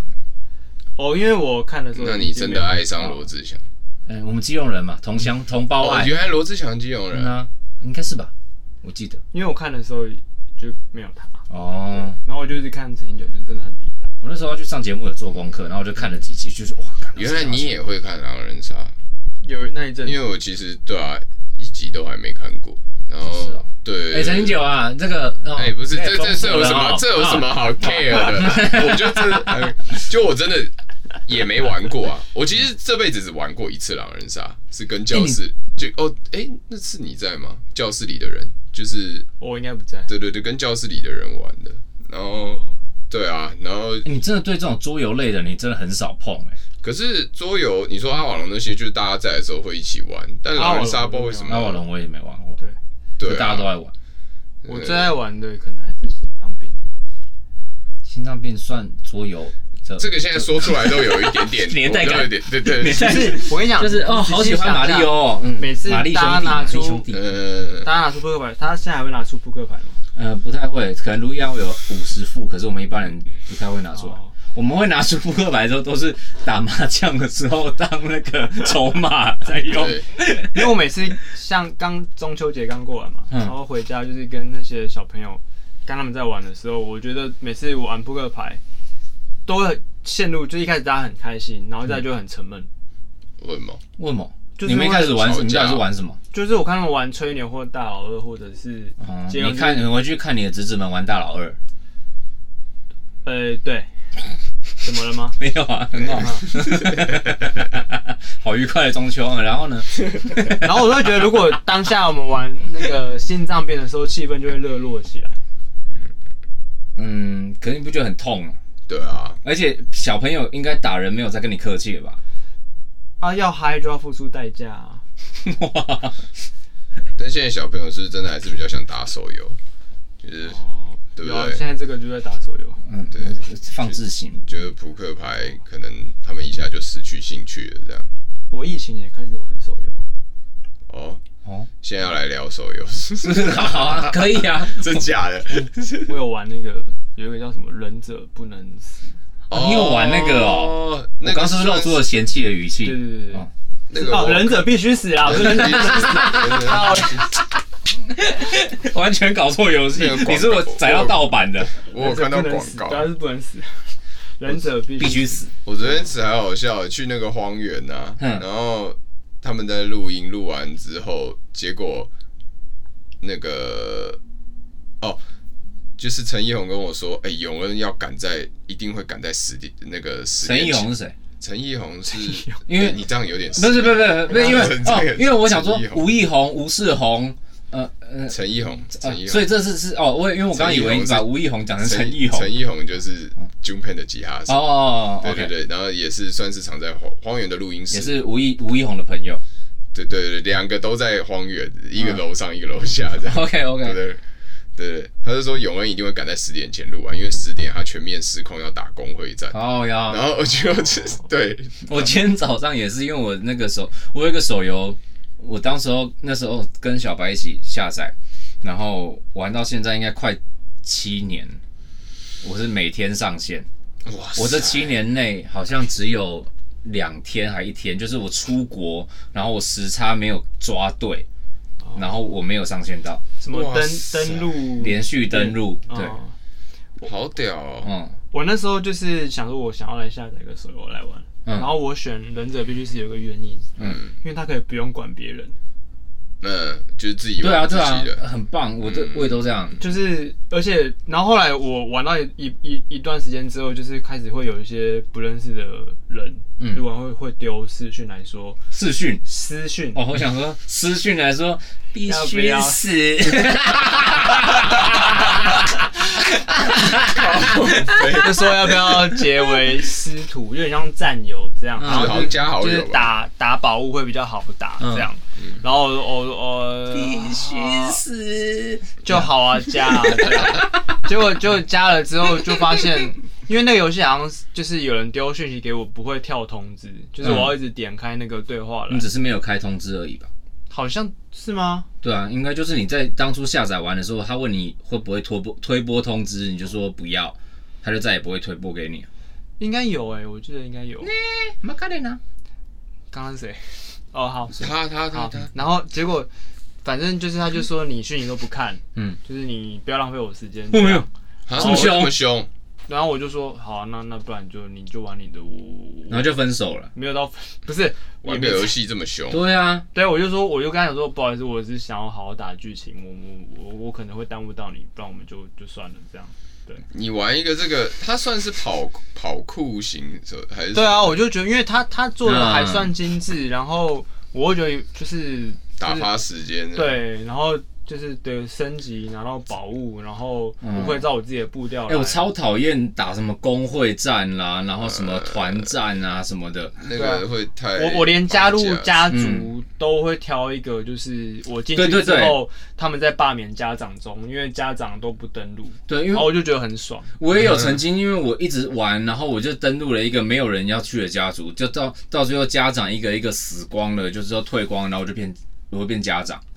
哦，因为我看的时候，那你真的爱上罗？志祥？嗯，我们基隆人嘛，同乡同胞啊哦，爱。原来罗志祥基隆嗯人，啊，应该是吧？我记得。因为我看的时候就没有他，哦，然后我就是看陈奕九，就真的很厉害。我那时候要去上节目有做功课，然后我就看了几集，就是哇，干原来你也会看《狼人杀有那一》，阵，因为我其实对啊，一集都还没看过。然是后哦对，哎，陈英九啊，这个哦哎，不是，可以这这这封锁有了什么哦这有什么啊好 care 的？我就真的嗯，就我真的也没玩过啊。我其实这辈子只玩过一次狼人杀，是跟教室就哦，哎，那是你在吗？教室里的人就是我应该不在。对对对，跟教室里的人玩的。然后对啊，然后你真的对这种桌游类的，你真的很少碰哎、可是桌游，你说阿瓦隆那些，就是大家在的时候会一起玩，但狼人杀不知道为什么阿瓦隆我也没玩过，对对、啊、大家都爱玩。我最爱玩的可能还是心脏病。心脏病算桌游的 [LAUGHS] 这个现在说出来都有一点点年代感我都有点 [LAUGHS] 对对年代感 [LAUGHS] 就是我跟你讲，就是哦，你仔好细喜欢想玛丽一下哦，嗯每次玛丽兄大弟，家拿玛丽出兄弟，呃，大家拿出扑克牌，他现在还会拿出扑克牌吗？呃，不太会，可能卢要有五十副，可是我们一般人不太会拿出来哦。我们会拿出扑克牌的时候，都是打麻将的时候当那个筹码在用。对，因为我每次像刚中秋节刚过完嘛，嗯然后回家就是跟那些小朋友，跟他们在玩的时候，我觉得每次我玩扑克牌，都会陷入就一开始大家很开心，然后再来就很沉闷。问嘛，为什么？就是你们一开始玩什么？会你们吵一架开始玩什么？就是我看他们玩吹牛或大老二，或者是哦接龙你看，就是你回去看你的侄子们玩大老二，呃，对，怎么了吗？ [LAUGHS] 嗯没有啊，很好，啊 [LAUGHS] 好愉快的中秋啊。然后呢？然后我就会觉得，如果当下我们玩那个心脏病的时候，气氛就会热络起来。嗯，可是你不觉得很痛吗？对啊，而且小朋友应该打人没有在跟你客气了吧？啊，要嗨就要付出代价、啊。哇，但现在小朋友是真的还是比较想打手游，就是哦，对不有啊对现在这个就在打手游。嗯，对放置 [LAUGHS] 型觉得扑克牌可能他们一下就失去兴趣了，这样我疫情也开始玩手游，哦。哦，现在要来聊手游， [LAUGHS] 好啊，可以啊。真假的？我有玩那个有一个叫什么《忍者不能死》，哦 [LAUGHS] 你有玩那个哦？我那刚个是不是露算出了嫌弃的语气？对对对对哦那个哦，嗯我忍者必须死啊！我说忍者必须死， [LAUGHS] 完全搞错游戏那个广，告你是我载到盗版的， [LAUGHS] 我有看到忍者不能广死 [LAUGHS] 告主，要是不能死，忍者必必须死。死。我昨天吃还好笑，去那个荒原呐、啊，嗯然后他们在录音，录完之后，结果那个哦，就是陈奕宏跟我说，哎、永恩要赶在，一定会赶在十点那个十陈点奕前宏，是谁？陈奕宏是，因为哎你这样有点不是不是不是 [LAUGHS] 不是，因为陈哦这个，因为我想说陈奕宏吴亦宏、吴世宏，呃呃陈奕宏，陈呃，奕所宏。以这次是哦，我也因为我刚刚以为你把吴亦宏讲成陈奕宏嗯陈。奕宏就是 Jumpen 的吉他手，哦对对，OK，对，然后也是算是常在荒荒原的录音室，也是吴亦吴亦宏的朋友。 [LAUGHS] 对对对，两个都在荒原，一嗯个楼上，一个楼下，这样。 OK 对 OK，对对对，他就说永恩一定会赶在十点前录完，因为十点他全面失控要打工会战。好呀。然后我就对，我今天早上也是，因为我那个手，我有一个手游，我当时候那时候跟小白一起下载，然后玩到现在应该快七年，我是每天上线。哇塞，我这七年内好像只有两天还一天，就是我出国，然后我时差没有抓对，然后我没有上线到，什么哇登塞登录连续登录，对，哦好屌哦！嗯我那时候就是想说，我想要来下载个手游来玩，嗯然后我选忍者必须是有一个原因，嗯，因为他可以不用管别人，那就是自己对啊玩自对啊己，的，很棒，我的我也都这样，就是而且然后后来我玩到一一一一段时间之后，就是开始会有一些不认识的人，嗯就玩会会丢私讯来说视讯。私讯，哦，我想说私讯来说必要不须 [LAUGHS] 要死， [LAUGHS] 就说要不要结为师徒，有点像战友这样，嗯然后好像加好就友是吧打打宝物会比较好打这样。嗯然后哦呃我我我死。就好啊，加啊，这样结果就加了之后就发现，因为那个游戏好像是就是有人丢讯息给我，不会跳通知，就是我要一直点开那个对话栏你，只是没有开通知而已吧？好像是吗？对啊，应该就是你在当初下载完的时候，他问你会不会推播推播通知，你就说不要，他就再也不会推播给你。应该有哎、我记得应该有。哎马卡莲娜，刚刚谁？哦，好，是他他他好他，。然后结果反正就是他就说你讯息都不看，嗯，就是你不要浪费我时间。我没这有样，啊这么这凶么凶，然后我就说好啊、那那不然就你就玩你的，我然后就分手了。没有到不是玩没个有。游戏这么凶，对啊，对，我就说，我就跟他讲说，不好意思，我只是想要好好打剧情，我我我我可能会耽误到你，不然我们就就算了这样。你玩一个这个，他算是跑跑酷型什么还是什么？对啊，我就觉得，因为他他做的还嗯算精致，然后我会觉得就是打发时间。对，然后就是的升级，拿到宝物，然后嗯不会照我自己的步调哎、来。我超讨厌打什么工会战啦，然后什呃么团战啊什么的。那个会太我我连加入绑家族嗯都会挑一个，就是我进对去对之对后，他们在罢免家长中，因为家长都不登录，对，因然后为我就觉得很爽。我也有曾经，因为我一直玩，然后我就登录了一个没有人要去的家族，就到到最后家长一个一个死光了，就是说退光，然后我就变我会变家长。嗯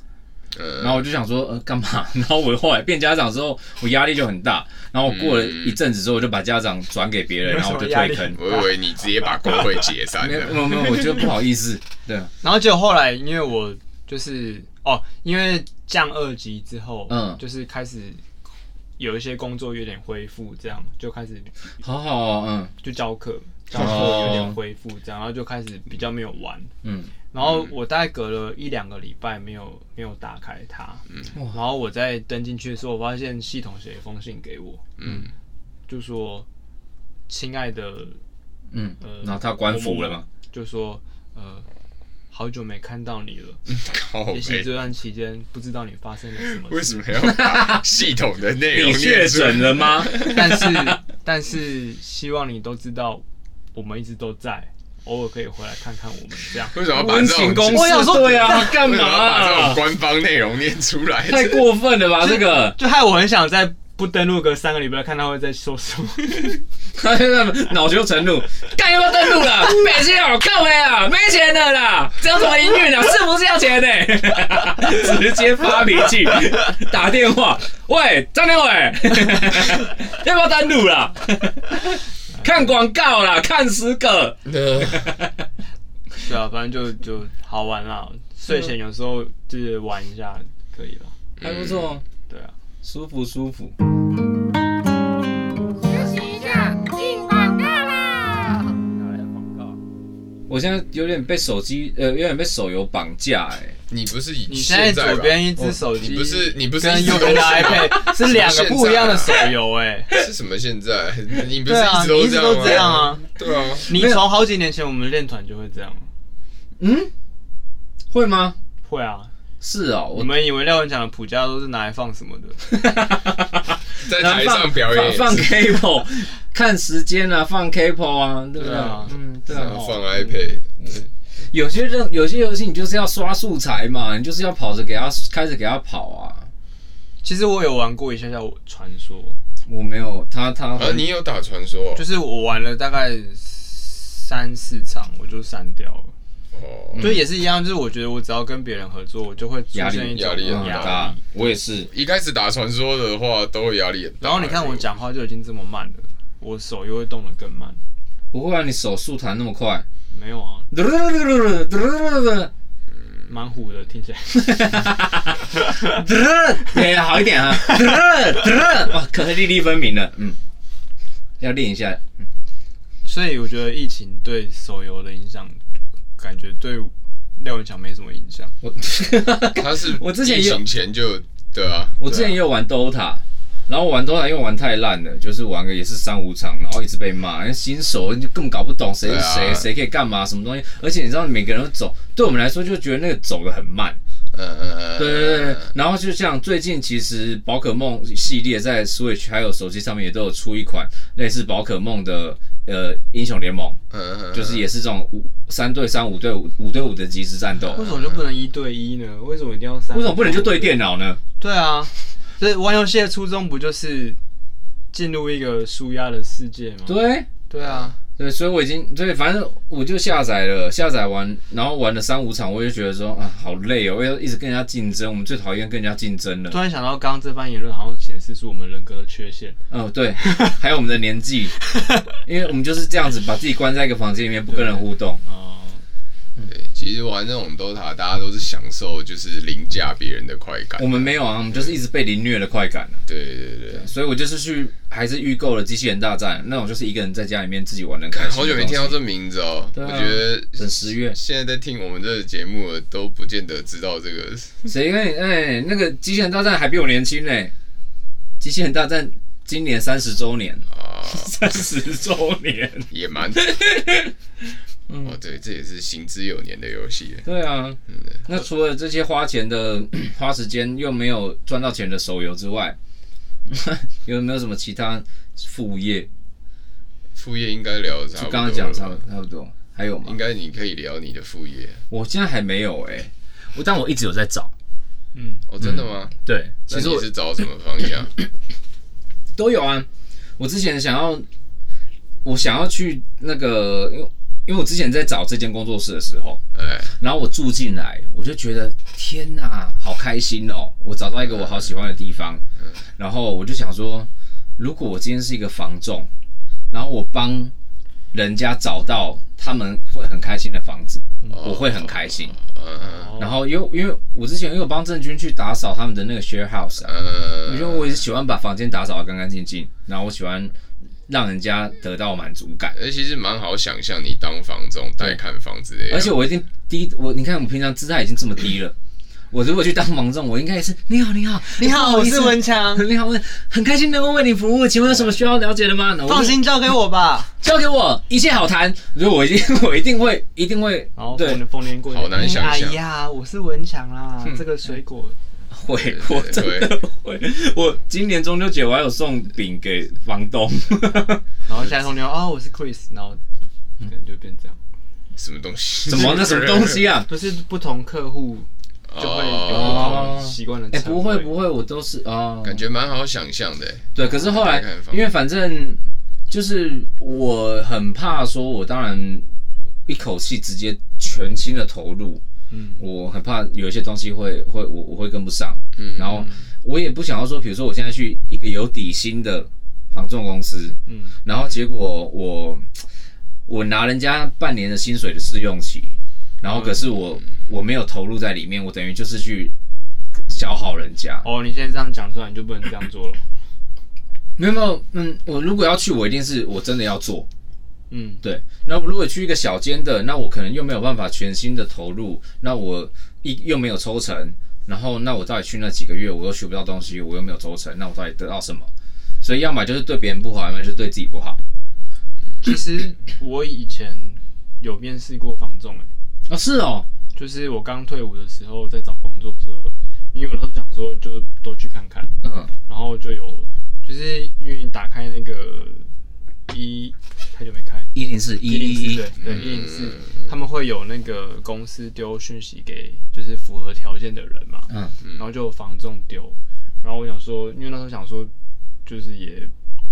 呃然后我就想说，呃，干嘛？ [LAUGHS] 然后我后来变家长之后，我压力就很大。然后我过了一阵子之后，我就把家长转给别人，嗯有然什后么我就压力退坑。我以为你直接把工会解 [LAUGHS] 散没有没了。有没有，我觉得不好意思。对，然后结果后来，因为我就是哦，因为降二级之后，嗯就是开始有一些工作有点恢复，这样就开始好好哦，就教课，教课有点恢复，这样，然后就开始比较没有玩。嗯然后我大概隔了一两个礼拜没有没有打开它，然后我在登进去的时候，我发现系统写一封信给我，嗯，就说：“亲爱的，嗯嗯呃，，然后他官服了嘛？？就说呃，好久没看到你了， [LAUGHS] 靠也许背，这段期间不知道你发生了什么 [LAUGHS] 为事，什么要把系统的内容你确念出来诊了吗？ [LAUGHS] 但是但是希望你都知道，我们一直都在，偶尔可以回来看看我们这样。 [LAUGHS] 为什么要把这种公我想司说对啊，干 [LAUGHS] 为什嘛么要把这种啊？官方内容念出 [LAUGHS] 来？太过分了吧？这个 [LAUGHS] 就害我很想在不登录个三个礼拜，看他会在说什么。 [LAUGHS] 他现在恼羞成怒，干要不要登录 [LAUGHS] 了？北京哦，靠北啊，没钱的啦，这样怎么营运 [LAUGHS] 啊？是不是要钱呢、 [LAUGHS] 直接发脾 [LAUGHS] 气，打电话，喂，张天伟，要不要登录啦？看广告啦，看十个，对啊，反正就就好玩啦。睡前有时候就是玩一下可以了。嗯还不错，对啊，舒服舒服。休息一下，进广告啦！我现在有点被手机，呃，有点被手游绑架哎、你不是以你现在左边一只手机，哦你不是你不是跟一直右都啊边的是 iPad 是两个不一样的手游哎、是什么？现在啊你不是对啊，你一一直直都都这样？啊。对啊，你从好几年前我们练团就会这样，嗯，会吗？会啊。是哦，我 [LAUGHS] 我们以为廖文强的谱架都是拿来放什么的？在台上表演也是放放 cable，看时间啊，放 cable 啊，对不对对啊？嗯，对然啊。后放 iPad，有些任有些游戏你就是要刷素材嘛，你就是要跑着给他开始给他跑啊。其实我有玩过一下下传说，我没有，他他啊，你有打传说哦就是我玩了大概三四场，我就删掉了。哦，就也是一样，就是我觉得我只要跟别人合作，我就会出嗯压现力一种压力很很大大，我也是。一开始打传说的话都会压力很大。然后你看我讲话就已经这么慢了，我手又会动得更慢。不会啊，你手速弹那么快， [LAUGHS] 没有啊，蛮虎的，听起来。 [LAUGHS] 哎，好一点啊，哇，可粒粒分明了，嗯，要练一下。所以我觉得疫情对手游的影响，感觉对廖文强没什么影响。我他是我之前疫有情前就对啊，我之前也有玩 DOTA，然后我玩 DOTA 因为玩太烂了，就是玩个也是三五场，然后一直被骂，因为新手你就根本搞不懂谁是对啊谁，谁、可以干嘛，什么东西。而且你知道每个人都走，对我们来说就觉得那个走的很慢。嗯嗯嗯，对对对。然后就像最近其实宝可梦系列在 Switch 还有手机上面也都有出一款类似宝可梦的呃英雄联盟，嗯嗯，就是也是这种五三对三、五对五、五对五的即时战斗。哦为什么就不能一对一呢？为什么一定要三？为什么不能就？对电脑呢？对啊，所以玩游戏的初衷不就是进入一个舒压的世界吗？对。对啊，对，所以我已经对，反正我就下载了，下载完，然后玩了三五场，我就觉得说啊，好累哦，我要一直跟人家竞争，我们最讨厌跟人家竞争了突。然想到刚刚这番言论好像显示出我们人格的缺陷。嗯， [LAUGHS] 对，还有我们的年纪，因为我们就是这样子把自己关在一个房间里面，不跟人互动。哦、对，其实玩那种 DOTA，大家都是享受就是凌驾别人的快感。我们没有啊，我们就是一直被凌虐的快感啊、对对对对，所以我就是去还是预购了机器人大战那种，就是一个人在家里面自己玩的开看心。好久没听到这，名字哦，对啊我觉得等十月现在在听我们这个节目的都不见得知道这个。谁跟你哎，那个机器人大战还比我年轻呢、机器人大战今 [LAUGHS] 年三十周年，啊，三十周年。也蛮嗯哦，对，这也是行之有年的游戏耶。 [LAUGHS] 对啊，那除了这些花钱的花时间又没有赚到钱的手游之外， [LAUGHS] 有没有什么其他副业？副业应该聊的差就不多了吧，刚刚讲差不差不多，还有吗应？该你可以聊你的副业。我现在还没有哎、我但我一直有在找。嗯哦，真的吗？对，那其实你我是找什么方 [LAUGHS] 向？都有啊。我之前想要，我想要去那个，因为因为我之前在找这间工作室的时候，哎，然后我住进来，我就觉得天哪，好开心哦！我找到一个我好喜欢的地方，然后我就想说，如果我今天是一个房仲，然后我帮人家找到他们会很开心的房子，我会很开心。嗯哦然后因为因为我之前有帮郑钧去打扫他们的那个 share house 啊，嗯，因为我也是喜欢把房间打扫得干干净净，然后我喜欢让人家得到满足感。哎而其实蛮好想象你当房仲带看房之类的，而且我一定低，我你看我平常姿态已经这么低了，我如果去当盲众，我应该也是你好，你好，你 [LAUGHS] 好，不我意思是文强，你好，我很开心能够为你服务，请问有什么需要了解的吗？我放心交给我吧。交给我，一切好谈。如果我一 [LAUGHS] 定，我一定会，一定会然后对嗯逢逢年过节，好难想哎象。呀，我是文强啦，这个水果会，我真的会。我今年中秋节我还有送饼给房 [LAUGHS] 东，嗯然后下一通电话，哦，我是 Chris，然后可能就变这样，什么东西？怎么 [LAUGHS] 那什么东 [LAUGHS] 西 [LAUGHS] 啊？就是不同客户就会有不哦，同习惯的哎、称谓。不会不会，我都是哦，感觉蛮好想象的。对，可是后来大概很，方因便为反正就是我很怕说，我当然一口气直接全心的投入，嗯，我很怕有一些东西会会我我会跟不上，嗯然后我也不想要说，比如说我现在去一个有底薪的房仲公司，嗯，然后结果我我拿人家半年的薪水的试用期，然后可是我嗯我没有投入在里面，我等于就是去消耗人家，哦，你现在这样讲出来，你就不能这样做了。没有没有，嗯，我如果要去，我一定是我真的要做。嗯，对，那如果去一个小间的，那我可能又没有办法全心的投入，那我一又没有抽成，然后那我到底去那几个月，我又学不到东西，我又没有抽成，那我到底得到什么？所以要么就是对别人不好，要么就是对自己不好。其实我以前有面试过房仲、欸，哦，是哦，就是我刚退伍的时候，在找工作的时候，因为我那时候想说就都去看看，嗯，然后就有就是因为你打开那个一，太久没开一零四一嗯一一对，对一零四，他们会有那个公司丢讯息给就是符合条件的人嘛，嗯，然后就有房仲丢，然后我想说，因为那时候想说就是也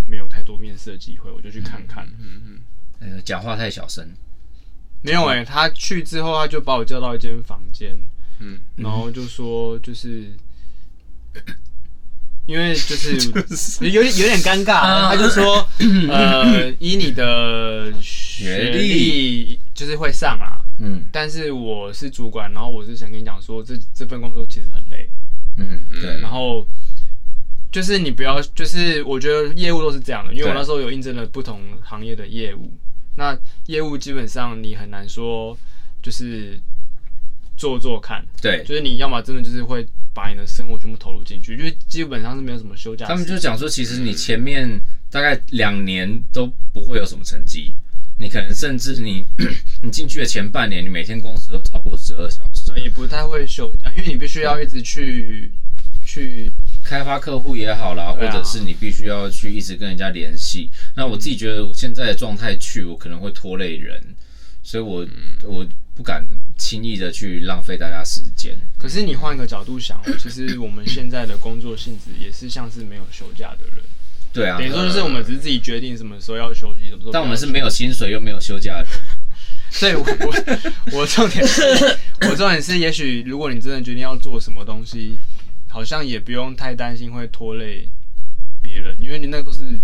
没有太多面试的机会，我就去看嗯看，嗯呃，讲话太小声，没有哎、他去之后他就把我叫到一间房间，嗯，然后就说就是。因为就是有点有点尴尬，他就说，呃，以你的学历就是会上啦，嗯但是我是主管，然后我是想跟你讲说，这这份工作其实很累，嗯，对，然后就是你不要，就是我觉得业务都是这样的，因为我对那时候有应征了不同行业的业务，那业务基本上你很难说就是做做看，对，就是你要么真的就是会把你的生活全部投入进去，就是基本上是没有什么休假时间。他们就讲说，其实你前面大概两年都不会有什么成绩，你可能甚至你 [CLEARS THROAT] 你进去的前半年，你每天工时都超过十二小时，对也不太会休假，因为你必须要一直去去开发客户也好啦，或对啊嗯者是你必须要去一直跟人家联系。那我自己觉得我现在的状态去，我可能会拖累人，所以我我不敢轻易的去浪费大家时间。可是你换一个角度想哦，其实我们现在的工作性质也是像是没有休假的人，对啊等，于说就是我们只是自己决定什么时候要休息，什么时候不要休息。但我们是没有薪水又没有休假的。所以我我我重点是，我重点是，也许如果你真的决定要做什么东西，好像也不用太担心会拖累别人，因为你那个都是，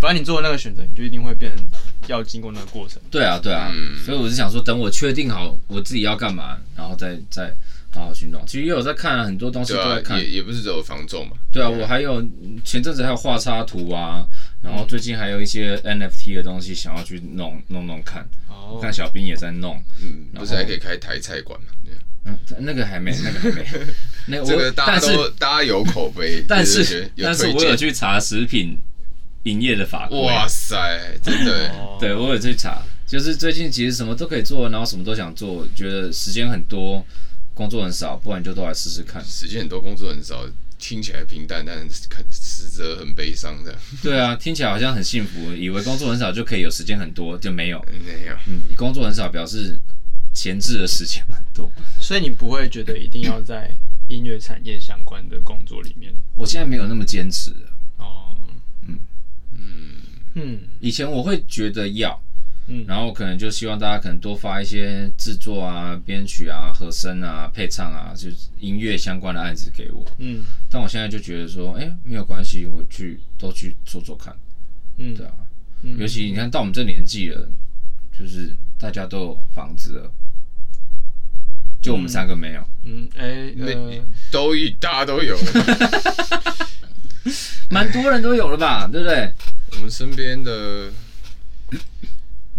反正你做的那个选择，你就一定会变成要经过那个过程。对啊，对啊，嗯所以我是想说，等我确定好我自己要干嘛，然后再再好好去弄。其实也有在看、啊、很多东西对都在啊，看也，也不是只有房仲嘛，对啊，我还有前阵子还有画插图啊，然嗯后最近还有一些 NFT 的东西想要去弄弄弄看。哦我看小兵也在弄，嗯，不是然后还可以开台菜馆嘛？对啊嗯，那个还没，那个还没， [LAUGHS] 那个我这个大但家是都大家有口 [LAUGHS] 碑，但就是觉得但是有我有推荐。去查食品营业的法规，哇塞，真的 [LAUGHS] 哦对我有去查，就是最近其实什么都可以做，然后什么都想做，觉得时间很多，工作很少，不然就都来试试看。时间很多，工作很少，听起来平淡，但很实则很悲伤的。对啊，听起来好像很幸福，以为工作很少就可以有时间很多，就没有。没有，嗯，工作很少表示闲置的时间很多。所以你不会觉得一定要在音乐产业相关的工作里面我现在没有那么坚持了，哦，嗯，嗯以前我会觉得要，嗯，然后可能就希望大家可能多发一些制作啊、编曲啊、和声啊、配唱啊，就是音乐相关的案子给我。嗯但我现在就觉得说，哎、没有关系，我去都去做做看，嗯对啊。嗯尤其你看到我们这年纪了，就是大家都有房子了，就我们三个没有，嗯哎那呃都一大家 [LAUGHS] 都有。蛮多人都有了吧，对不对？我们身边的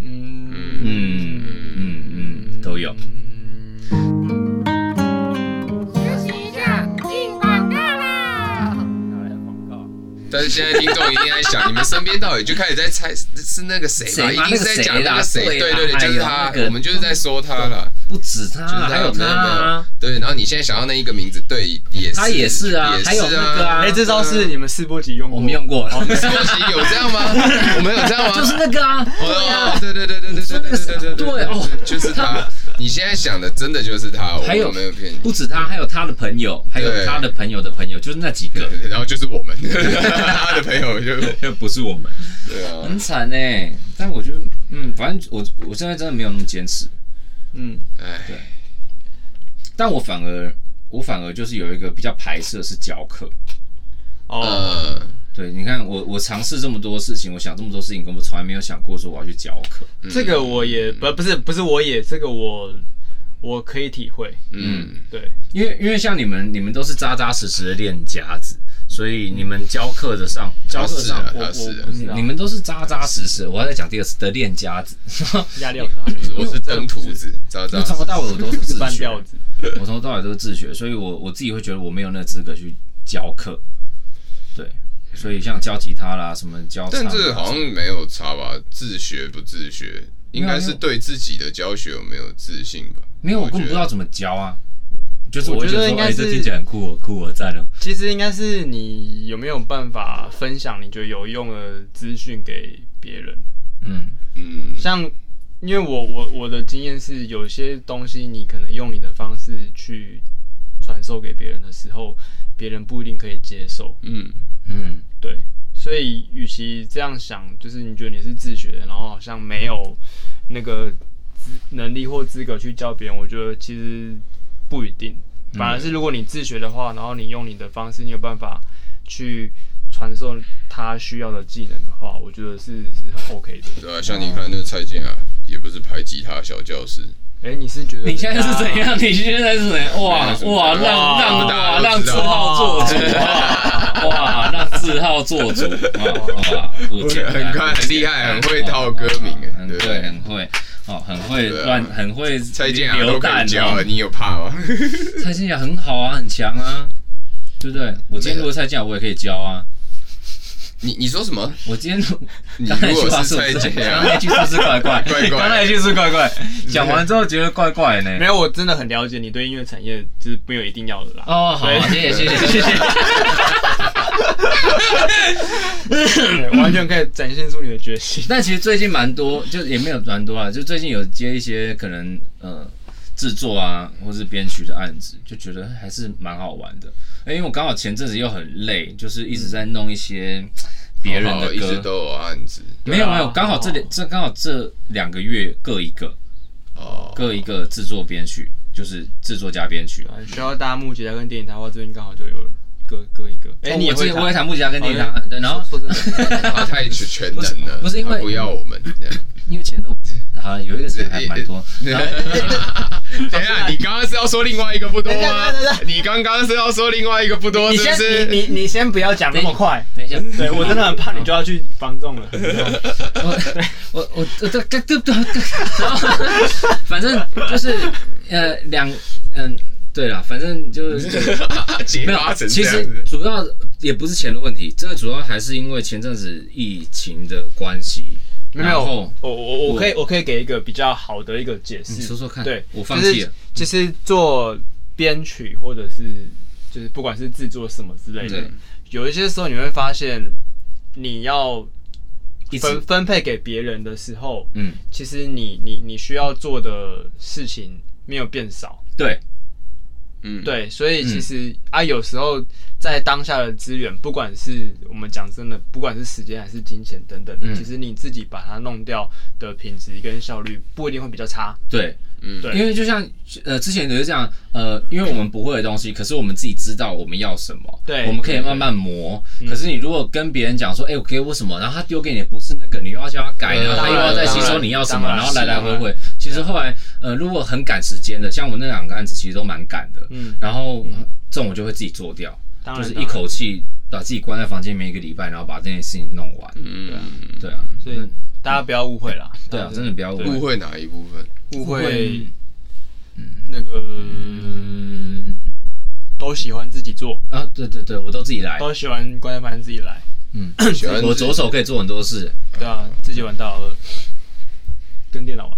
嗯嗯嗯嗯，都有。休息一下，进广告啦！但是现在听众一定在想，你们身边到底就开始在猜是那个谁谁吧？吗一定是在讲那个谁？那个谁啦对对对，哎就呦是他那，个我们就是在说他了，不止他就是啊，还有他啊，对，然后你现在想到那一个名字，对，也是，他也是啊也还有那个啊哎这招是你们试播集用过？哦我们用 [LAUGHS] 过了，是不是有这 [LAUGHS] 样吗？我们有这样吗？就是那个啊，哦，对对对对对对对对对就是他。你现在想的真的就是他，我还有没有骗你。不止他，还有他的朋友，还有对他的朋友的朋友，就是那几个，然后就是我们， [LAUGHS] 他的朋友就又不是我们，对啊，很惨哎、但我觉得，嗯，反正我我现在真的没有那么坚持，嗯哎，但我反而我反而就是有一个比较排斥的是教课。哦呃，对，你看我我尝试这么多事情，我想这么多事情，可我从来没有想过说我要去教课。嗯这个我也不不是不是我也这个我我可以体会嗯，对因为因为像你们，你们都是扎扎实实的练家子，所以你们教课的上教课是上，啊，我他我是不知道你们都是扎扎实实。我还在讲第二次的练家子，压力好大，我是真兔子，渣因渣为从头到尾我都是自 [LAUGHS] 半学，吊子我从头到尾都是自学，所以我我自己会觉得我没有那个资格去教课。对，所以像教吉他啦，什么教唱但啊，这好像没有差吧？自学不自学，应该是对自己的教学有没有自信吧？没有，我根本不知道么。怎么教啊。就是我我会觉得说应该哎这是听起来很酷哦，酷哦，赞哦。其实应该是你有没有办法分享你觉得有用的资讯给别人，嗯嗯，像因为我我我的经验是，有些东西你可能用你的方式去传授给别人的时候，别人不一定可以接受，嗯，嗯，对，所以与其这样想，就是你觉得你是自学的，然后好像没有那个资能力或资格去教别人，我觉得其实不一定。嗯反而是如果你自学的话，然后你用你的方式，你有办法去传授他需要的技能的话，我觉得是是 OK 的。对啊，像你看那个蔡健啊，也不是排吉他小教室，哎、你是觉得你现在是怎？ [LAUGHS] 样？你现在是怎样？哇哇，让哇让大哇家让都知志道浩做 [LAUGHS] 主哇哇，让志浩做主哇哇，不简单，很看很厉害，很会套歌名哇，很对不会对？很会哦，很会对啊乱，很会蔡健雅流都可弹以教，哦。你有怕吗？ [LAUGHS] 蔡健雅很好啊，很强啊，对不对？我今天如果蔡健雅，我也可以教啊。你你说什么？我今天你刚才如那句果话是是不蔡是健很？雅刚，才那句是不是怪怪？怪怪刚才那句是怪 [LAUGHS] 怪。讲完之后觉得怪怪呢没。有，我真的很了解你对音乐产业就是没有一定要的啦。哦，好啊，谢谢谢谢 [LAUGHS] 谢谢。对完全可以展现出你的决心。但其实最近蛮多，就也没有蛮多啊，就最近有接一些可能呃制作啊，或是编曲的案子，就觉得还是蛮好玩的。哎因为我刚好前阵子又很累，就是一直在弄一些别人好的哦好一直歌，都有案子没有对啊没有，刚好这里哦这刚好这两个月各一个，哦。各一个制作编曲，就是制作加编曲。啊需要大家木吉他跟电吉他的话，这边刚好就有各各一个。哎、哦你也我之会前我弹也弹木吉他跟电吉哦他，对然后说说真的， [LAUGHS] 他太全能了，不是不是因为他不要我们这 [LAUGHS] 样。因为钱都啊有一个钱还蛮多，然后等一下，你刚刚是要说另外一个不多吗等一下等一下等一下？你刚刚是要说另外一个不多，你是不先是？ [LAUGHS] 你你你先不要讲那么快，等一下，对我真的很怕你就要去防 [LAUGHS] 重了。我我我我这这这这，然后反正就是呃两嗯对啦，反正就是 [LAUGHS] 结没巴有，成其这样实子。主要也不是钱的问题，这个主要还是因为前阵子疫情的关系，没有没然有后，我我我我可以我可以给一个比较好的一个解释，你说说看对，我放弃了就是。其实做编曲或者是就是不管是制作什么之类的对，有一些时候你会发现，你要一直分分配给别人的时候，嗯，其实你你你需要做的事情没有变少，对，嗯，，对，所以其嗯实、啊，有时候在当下的资源，不管是我们讲真的，不管是时间还是金钱等等的，嗯其实你自己把它弄掉的品质跟效率不一定会比较差。对，嗯对因为就像呃之前也是这样，呃，因为我们不会的东西，可是我们自己知道我们要什么，对嗯我们可以慢慢磨。可是你如果跟别人讲说，哎、我给我什么，然后他丢给你的不是那个，你又要叫他改，嗯然后他又要再吸收你要什么，当然啊然后来来当然回回。其实后来呃，如果很赶时间的，像我那两个案子其实都蛮赶的，嗯然后这种我就会自己做掉，当就然是一口气把自己关在房间里面一个礼拜，然后把这件事情弄完。嗯，对啊，所以大家不要误会啦，对啊，真的不要误误会。会哪一部分？ [LAUGHS] 误会会那个、嗯都喜欢自己做，啊，对对对，我都自己来。都喜欢关在房间自己来，嗯，喜欢我左手可以做很多事，对啊，自己玩大老二，跟电脑玩。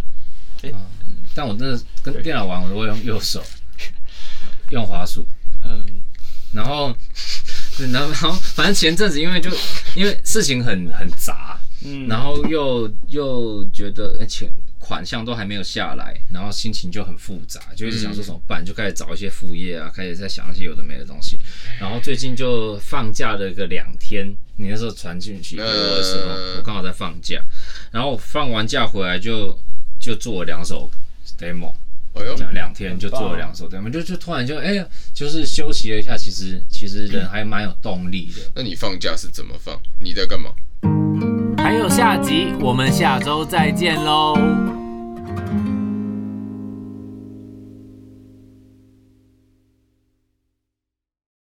但我真的跟对电脑玩，我都会用右手，用滑鼠。嗯，然后，对然后然后，反正前阵子因为就因为事情很很杂，嗯然后又又觉得哎钱款项都还没有下来，然后心情就很复杂，就一直想说怎么办，就开始找一些副业啊，开始在想一些有的没的东西。然后最近就放假了个两天，你那时候传进去给我的时候，呃我刚好在放假，然后放完假回来就就做了两首 demo。哎呦这，样两天就做了两首 demo，就就突然就哎、呀，就是休息了一下，其实其实人还蛮有动力的。那你放假是怎么放？你在干嘛？还有下集，我们下周再见喽。